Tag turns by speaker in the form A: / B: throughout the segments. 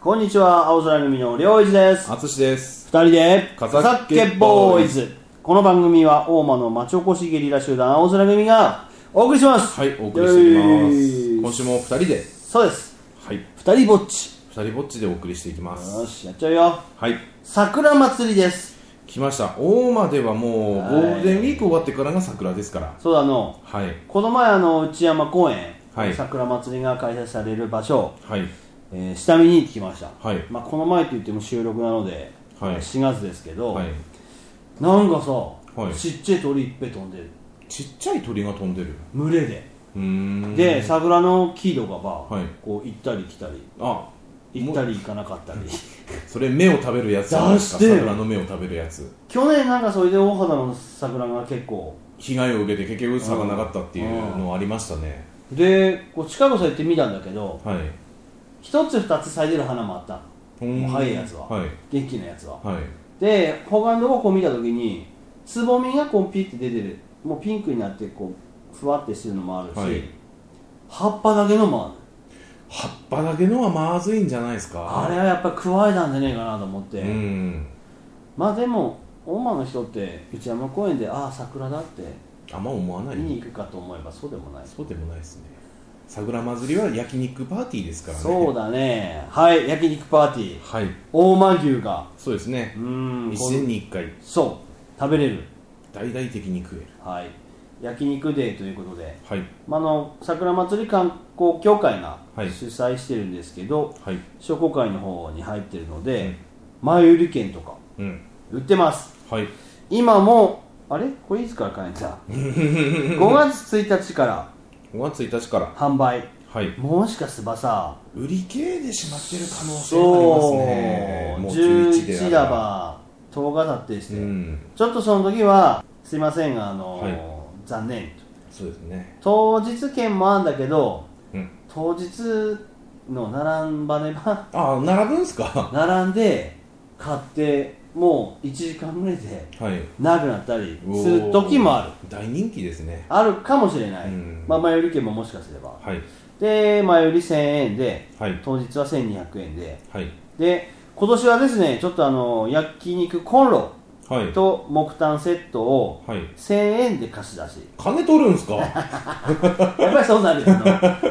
A: こんにちは、青空組の両一です。
B: あつしです。
A: 二人で、
B: カ
A: カ
B: ザ
A: ザ
B: ッ
A: ッ
B: ケ
A: ケ
B: ボ
A: ボ
B: ー
A: ー
B: イ
A: イ
B: ズ
A: ズ。この番組は、大間の町おこしゲリラ集団、青空組が、お送りします。
B: はい、お送りしていき
A: よ
B: ま
A: い
B: す。今週も二人で、
A: そうです。
B: はい、
A: 二人ぼっち。
B: 二人ぼっちでお送りしていきます。
A: よし、やっちゃうよ。
B: はい、
A: 桜祭りです。
B: 来ました。大間ではもうゴ
A: はい
B: ールデンウィーク終わってからが桜ですから。
A: そうだの。
B: はい、
A: この前、あの、内山公園、
B: はい
A: 桜祭りが開催される場所、
B: はい、
A: えー下見に行ってきました。
B: はい
A: まあ、この前と言っても収録なので、
B: はい
A: 4月ですけど、
B: はい。
A: なんかさ、
B: い
A: ちっちゃい鳥いっぺ飛んでる。
B: ちっちゃい鳥が飛んでる。
A: 群れで。
B: うーん。
A: で、桜の木とかば、
B: はい
A: こう行ったり来たり
B: あ、
A: 行ったり行かなかったり
B: それ目を食べるやつじゃないですか。
A: 出してよ
B: 桜の目を食べるやつ。
A: 去年なんかそれで大肌の桜が結構
B: 被害を受けて結局差がなかったっていうのありましたね。
A: でこう近くそうやって見たんだけど
B: はい。
A: 一つ二つ咲いてる花もあった
B: うーん
A: もう早いやつは
B: はい。
A: 元気なやつは
B: はい。
A: で他のとここう見た時につぼみがこうピッて出てるもうピンクになってこうふわってしてるのもあるし、
B: はい
A: 葉っぱだけのもある
B: 葉っぱだけのはまずいんじゃないですか。
A: あれはやっぱり食わえたんじゃねえかなと思って、
B: うん。
A: まあでも大間の人って内山公園でああ桜だって
B: あんま思わない
A: 見に行くかと思えばそうでもない
B: そうでもないですね桜祭りは焼肉パーティーですからね
A: そうだねはい焼肉パーティー
B: はい
A: 大間牛が
B: そうですね
A: うーん
B: 一
A: こ
B: 年
A: の
B: に一回
A: そう食べれる
B: 大々的に食える
A: はい焼肉デーということで、
B: はい
A: まあ、あの桜祭り観光協会が主
B: はい
A: 催してるんですけど、
B: はい
A: 商工会の方に入ってるので、
B: うん
A: 前売り券とか
B: うん
A: 売ってます
B: はい
A: 今もあれこれいつから買えた 5月1日から
B: 5月1日から
A: 販売
B: はい
A: もしかすばさ
B: 売り切れでしまってる可能性があります
A: そう、
B: ねもう11
A: 11
B: であ
A: だ
B: れば
A: ば10日経ってし
B: う
A: て、
B: ん
A: ちょっとその時はすいませんあの、
B: はい
A: 残念
B: そうですね
A: 当日券もあるんだけど
B: うん
A: 当日の並んばねば
B: ああ並ぶんすか
A: 並んで買ってもう1時間ぐらいで
B: はい
A: なくなったりする時もある
B: 大人気ですね
A: あるかもしれない、
B: うん
A: まあ、前売り券ももしかすれば
B: はい
A: で前売り1000円で
B: はい
A: 当日は1200円で
B: はい
A: で今年はですねちょっとあの焼肉コンロ
B: はい
A: と木炭セットを
B: はい
A: 1000円で貸し出し
B: 金取るんすか
A: やっぱりそうなるよの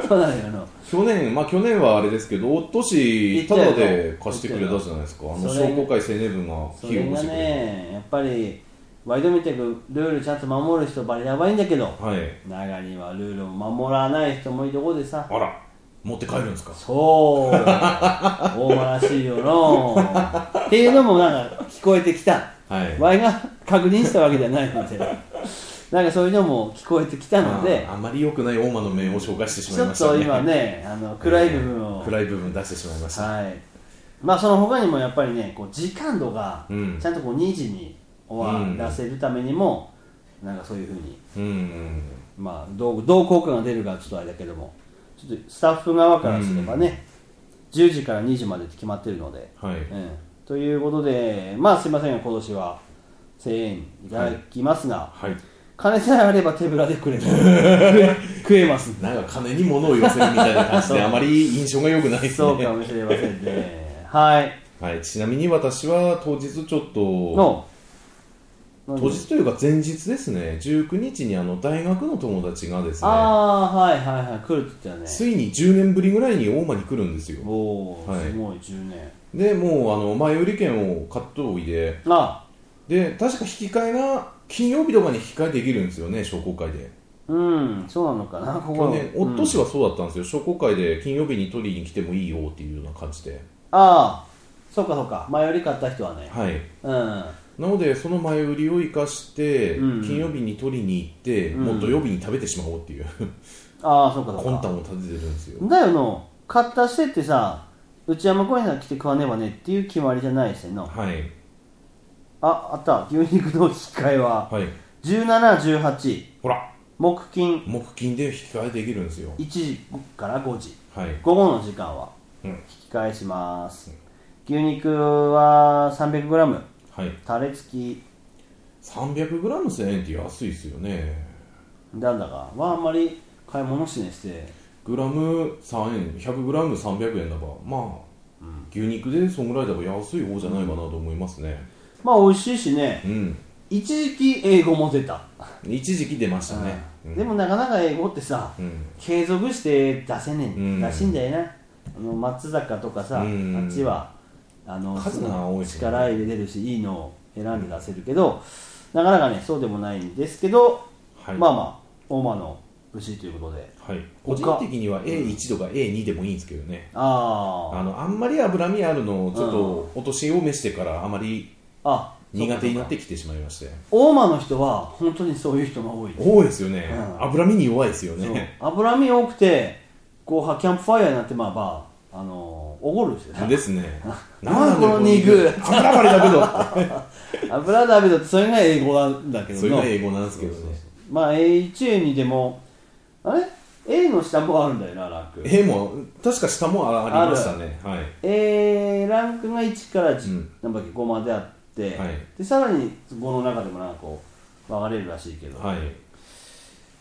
A: そうなるよの
B: 去年まあ去年はあれですけどおと
A: 言
B: し
A: ったたよ
B: だで貸してくれたじゃないですかあの
A: それ
B: 商工会青年分が
A: そ
B: 費用
A: れ
B: を
A: が
B: してくれ
A: ねやっぱりワイドみたくルールちゃんと守る人ばりやばいんだけど
B: たはい
A: 中にはルールを守らない人もいるとこでさ
B: あら持って帰るんですか
A: そう大間らしいよのっていうのもなんか聞こえてきた
B: はい
A: ワイが確認したわけじゃないのでなんかそういうのも聞こえてきたので
B: あーあまり良くない大間の面を紹介して
A: ち
B: しまい
A: ょ
B: ま
A: っ
B: した
A: と
B: ね
A: 今ねあの暗い部分を、
B: 暗い部分出してしまいました
A: はいまあその他にもやっぱりねこう時間度が
B: うん
A: ちゃんとこう2時に終わらせるためにも、なんかそういうふうに、
B: うんうん
A: まあ、どうどう効果が出るかちょっとあれだけどもちょっとスタッフ側からすればね、10時から2時までって決まってるので、
B: はい
A: うん、ということでまあすいませんが今年は1000円いただきますが、
B: はい
A: 金さえあれば手ぶらで くれる食え食えます
B: なんか金に物を言わせるみたいな感じであまり印象が良くないです
A: そう
B: ね
A: かもしれませんねはい
B: はいちなみに私は当日ちょっと
A: の
B: 当日というか前日ですね19日にあの大学の友達がですね
A: ああはいはいはい来るって言ってた
B: つ
A: ね
B: いに10年ぶりぐらいに大間に来るんですよ
A: おおー、
B: はい
A: すごい10年
B: でもうあの前売り券を買っておいで
A: あ
B: で確か引き換えが金曜日とかに引き換えできるんですよね商工会で
A: うんそうなのかなここ
B: 去
A: の
B: 年
A: う
B: お
A: ん
B: としはそうだったんですよ、商工会で金曜日に取りに来てもいいよっていうような感じで
A: ああそうかそうか前より買った人はね
B: はい
A: うん
B: なのでその前売りを生かして、
A: うん
B: 金曜日に取りに行って、
A: うん
B: もっと曜日に食べてしまおうっていう
A: ああそうかそうか
B: 魂胆を立ててるんですよ
A: だよの買ったしてってさ内山公園さん来て食わねばねっていう決まりじゃないしの
B: はい
A: ああった牛肉の引き換えは
B: はい
A: 1718
B: ほら
A: 木金
B: 木金で引き換えできるんですよ
A: 1時から5時
B: はい
A: 午後の時間は
B: うん
A: 引き返します、牛肉は 300g
B: はい
A: タレ付き
B: 300g1000 円って安いですよね
A: なんだかはあんまり買い物しねして
B: グラム3円 100g300 円だからまあ牛肉でソングライダーが安い方じゃないかなと思いますね
A: まあ美味しいしね
B: うん
A: 一時期英語も出た、
B: 一時期出ましたね
A: うんでもなかなか英語ってさ、
B: うん
A: 継続して出せねえ、
B: うん
A: らしいんだよねあの松坂とかさ、
B: うん
A: あっちはあの
B: 数が多いですね
A: 力入れてるしいいのを選んで出せるけど、なかなかねそうでもないんですけど、
B: はい
A: まあまあ大間の牛ということで
B: はい、個
A: 他
B: 人的には A1 とか A2 でもいいんですけどね
A: あー
B: あのあんまり脂身あるのをちょっとお年を召してからあまり
A: あ
B: 苦手になっ
A: そうかそうか
B: てきてしまいまして
A: 大間の人は本当にそういう人が多い、
B: 多いですよね、
A: うん
B: 脂身に弱いですよ
A: そう
B: ね
A: 脂身多くてこうはキャンプファイヤーになってまあまああのおごるんですよね
B: です ね
A: なんだこの肉
B: 油ばりだけど っ
A: 油だけどそれが英語なんだけ
B: て
A: ど
B: それが
A: な
B: 英語なんですけどね
A: まあ A1A にでもあれ A の下もあるんだよなランク
B: A も確か下もありましたねはい
A: A ランクが1から
B: う
A: 10
B: ん
A: なんだっけ5まであって、
B: はい
A: でさらに5の中でもなんかこう分かれるらしいけど、
B: はい、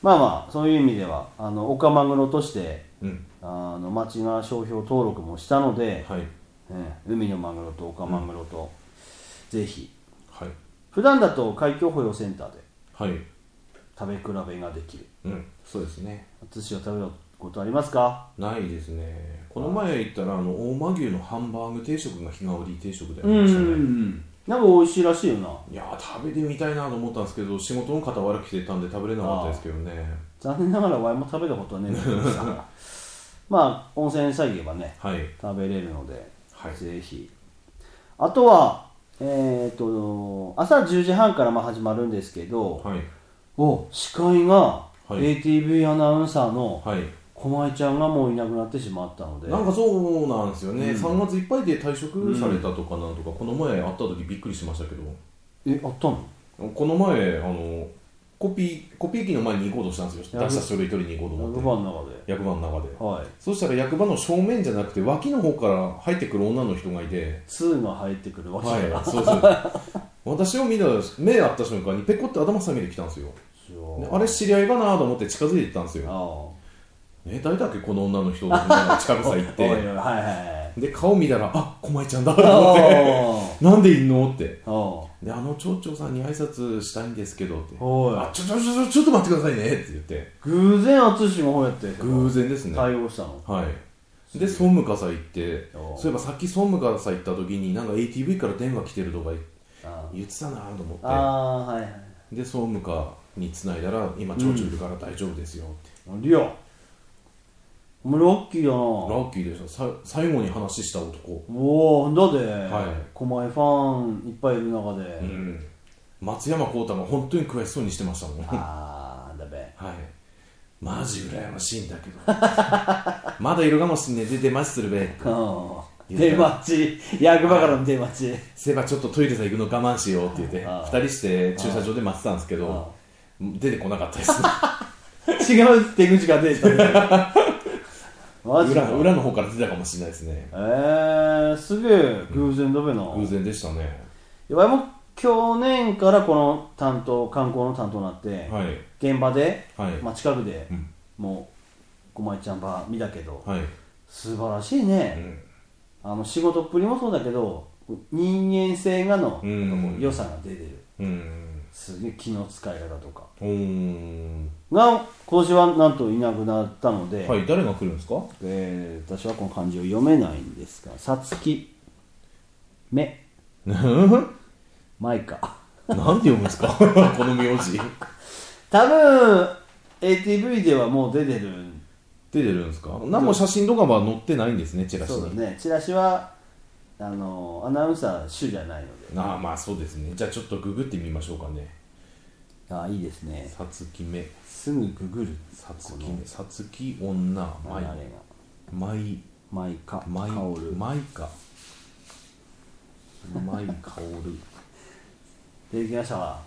A: まあまあそういう意味ではあのオカマグロとして
B: うん
A: あの町が商標登録もしたので、
B: はい
A: ね海のマグロとオカマグロと、ぜひ
B: はい
A: 普段だと海峡保養センターで
B: はい
A: 食べ比べができる
B: うんそうですね
A: 寿司を食べたことありますか
B: ないですねこの前行ったらあの大間牛のハンバーグ定食が日替わり定食でありましたね、
A: んなんか美味しいらしいよない
B: やー食べてみたいなと思ったんですけど仕事の傍ら来てたんで食べれなかったですけどね
A: 残念ながらワイも食べたことは ねえんだけどさまあ温泉さえ行けばね
B: はい
A: 食べれるので、
B: はい
A: ぜひあとはえっ、と朝10時半からまあ始まるんですけど、
B: はい
A: お司会が
B: い
A: ATV アナウンサーの
B: はい
A: 駒井ちゃんがもういなくなってしまったので
B: なんかそうなんですよね、3月いっぱいで退職されたとかなんとか、この前会った時びっくりしましたけど
A: えあったの
B: この前あのコピーコピー機の前に行こうとしたんですよ
A: 役
B: 出した書類取りに行こうと
A: 役
B: 思っ
A: 場の中で
B: て役場の中で
A: はい
B: そしたら役場の正面じゃなくて脇の方から入ってくる女の人がいて
A: 2が入ってくるわけだから、
B: はい、そうそう私を見た目合った瞬間にペコって頭下げてきたんですよであれ知り合いかなと思って近づいてったんです
A: あ
B: よ
A: あ
B: え誰だっけこの女の人と思いながら近くさ行
A: お
B: っ
A: いおい
B: て
A: はいはい
B: で顔見たらあ狛江ちゃんだと思って
A: お
B: なんでいんのって
A: ーお
B: であの町長さんに挨拶したいんですけどって
A: ーお
B: あちょちょちょちょちょっと待ってくださいねって言って
A: い偶然淳がこうやって
B: 偶然ですねは
A: 対応したの
B: いで総務課さ行って
A: おー
B: そういえばさっき総務課さ行った時になんか ATV から電話来てるとか
A: あ
B: 言ってたなと思って
A: ああーはいはい
B: で総務課につないだら今町長いるから大丈夫ですよって、
A: リアお前ラッキーだ
B: ラ
A: な
B: ッキーでしたさ最後に話した男、
A: おおだで、
B: はい
A: 狛江ファンいっぱいいる中で、
B: うん、松山幸太が本当に悔しそうにしてましたもんは
A: ああだべ
B: いマジ羨ましいんだけど まだいるかもしんねえ出てますするべ
A: うん
B: 言った
A: 出待ち役場からの出待ち
B: せばちょっとトイレさ行くの我慢しようって言って
A: ああ
B: 2人して駐車場で待ってたんですけど出てこなかったですね
A: 違う手口が出てたね マジ
B: 裏
A: か
B: 裏の方から出たかもしれないですね
A: えー、すげえ偶然だべな、
B: 偶然でしたね
A: やばいもう去年からこの担当観光の担当になって、
B: はい
A: 現場で、
B: はい、
A: まあ、近くで、
B: うん
A: もうごまいちゃんば見たけど、
B: はい、
A: 素晴らしいうね、
B: ん
A: あの仕事っぷりもそうだけど人間性がの、
B: うん
A: なんかこう良さが出てる
B: うん
A: すげえ気の使い方とか
B: うーん
A: が今年はなんといなくなったので、
B: はい、誰が来るんですか
A: えー私はこの漢字を読めないんですが「さつき」「め」「マイカ」
B: なんて読むんですか この名字
A: 多分 ATV ではもう出てる
B: 出てるんですか何も写真とかは載ってないんですねチラシ
A: そうだ
B: に、
A: ねチラシはあのアナウンサー主じゃないので
B: ああまあそうですねじゃあちょっとググってみましょうかね
A: ああいいですね
B: さつきめ
A: すぐググる
B: さつきめさつき女
A: 流
B: マ
A: れが
B: イマイ
A: マイカ
B: マイ
A: カオル
B: マイカマイカオル
A: 出てきましたわ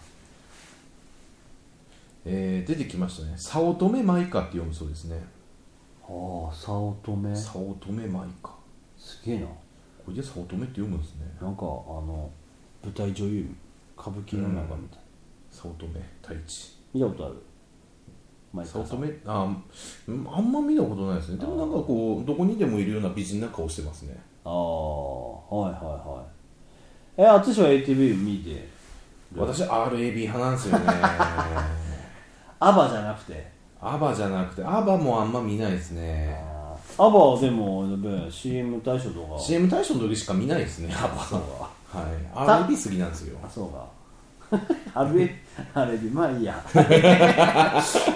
B: えー、出てきましたね早乙女マイカって読むそうですね
A: ああ早乙女す
B: 早乙女マイカ
A: げえな
B: これで早乙女って読むんですね
A: なんかあの舞台女優歌舞伎の中みたい、
B: 早乙女太一
A: 見たことあるマイカ
B: 早
A: さん
B: 乙女あうんあんま見たことないですねでもなんかこうどこにでもいるような美人な顔してますね
A: ああはいはいはいえ淳は ATV 見て
B: 私 RAB 派な んですよね
A: アバじゃなくて
B: アバじゃなくてアバもあんま見ないですね
A: あーアバはでもやべえ CM 大賞とか
B: CM 大賞の時しか見ないですねアバははい RAB 好きなんですよ
A: あそうかあれあれまあいいや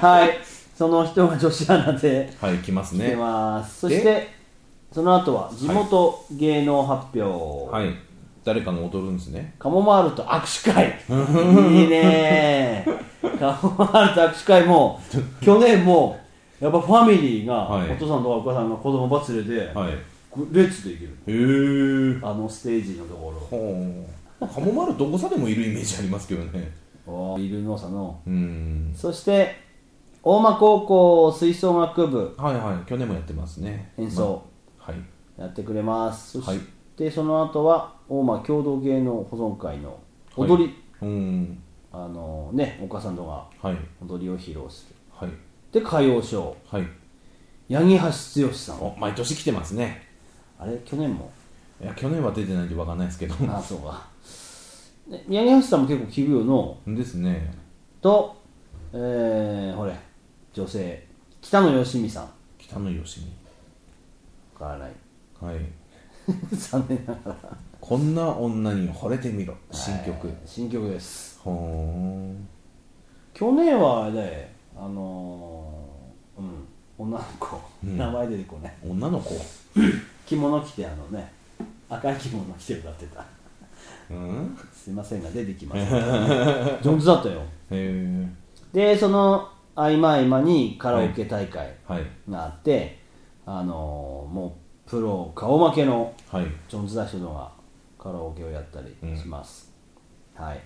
A: はいその人が女子アナで
B: はい来ます
A: 来て
B: ね
A: ます、
B: で
A: そしてその後は地元芸能発表、
B: はい誰かが踊るんですね
A: カモマールと握手会いいねーカモマールと握手会も去年もやっぱファミリーが、
B: はい
A: お父さんとかお母さんが子供ば連れて、
B: はいへ
A: 列できる
B: え
A: あのステージのとこ
B: ほうカモマルどこさでもいるイメージありますけどね
A: ろあーいるのさの
B: うん
A: そして大間高校吹奏楽部
B: はいはい去年もやってますね
A: 演奏
B: まはい
A: やってくれます、
B: はい
A: そしてその後は大間共同芸能保存会の踊り、
B: はいうん
A: あのねお母さんとか
B: はい
A: 踊りを披露する
B: はい
A: で歌謡ショー
B: はい
A: 八木橋剛さん
B: お毎年来てますね
A: あれ去 年も
B: いや去年は出てないんでわかんないですけど
A: あそうかで八木橋さんも結構聞くよの
B: ですね
A: とえー、ほれ女性北野よしみさん
B: 北野よし
A: 変わらない
B: みはい
A: 残念ながら
B: こんな女に惚れてみろ新曲、
A: はい新曲です
B: ほーん
A: 去年はあれだよあのー、うん女の子、
B: うん
A: 名前出てこない
B: 女の子
A: 着物着てあのね赤い着物着て歌ってた
B: うん
A: すいませんが出てきません上手だったよ
B: へえ
A: でその合間合間にカラオケ大会
B: はい
A: があって、あのーもうプロ顔負けの
B: はい
A: ジョンズダッシュのがカラオケをやったりします、はい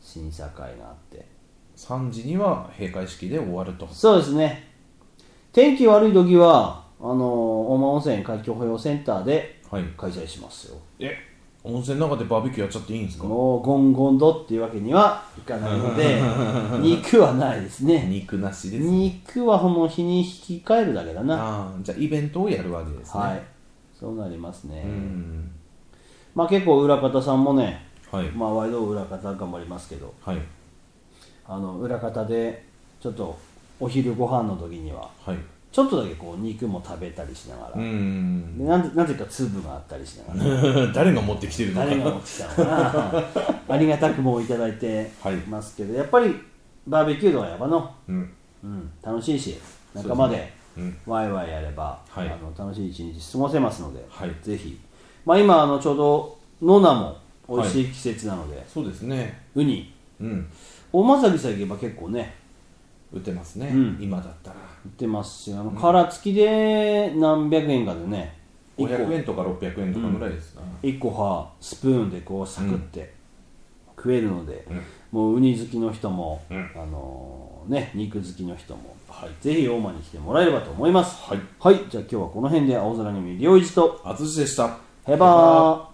A: 審査会があって
B: 3時には閉会式で終わると
A: そうですね天気悪い時はあのー大間温泉海峡保養センターで
B: はい
A: 開催しますよ
B: え温泉の中でバーベキューやっちゃっていいんですか
A: もうゴンゴンドっていうわけにはいかないの で肉はないですね
B: 肉なしです
A: 肉はこの日に引き換えるだけだな
B: ああじゃあイベントをやるわけですね
A: はいそうなりますね、
B: うん
A: まあ結構裏方さんもね、
B: はい
A: まあ、ワイド裏方頑張りますけど
B: はい
A: あの裏方でちょっとお昼ご飯の時には
B: はい
A: ちょっとだけこう肉も食べたりしながら、
B: うーん
A: でなぜなぜか粒があったりしながら
B: 誰が持ってきてるのか
A: 誰が持ってきたのかなありがたくもいただいて
B: はい
A: ますけど、やっぱりバーベキューとかやばの、
B: うん
A: うん、楽しいし仲間で
B: うん
A: ワイワイやれば、
B: はい
A: あの楽しい一日過ごせますので、
B: はい
A: ぜひ、まあ、今あのちょうど野菜も美味しい季節なので、
B: そうですね
A: ウニ
B: うん
A: 大間崎さえ行けば結構ね
B: 打てますね、
A: うん
B: 今だったら
A: 売ってますしあの殻付きで何百円かでね1
B: 500
A: 個
B: 円とか600円とかぐらいですな、
A: 一個はスプーンでこうサクって食えるので、
B: ん
A: もうウニ好きの人も、
B: うん
A: あのーね肉好きの人も、ぜひ大間に来てもらえればと思います
B: はい、
A: はい、じゃあ今日はこの辺で青空に見る良いと
B: 淳でした
A: ヘバー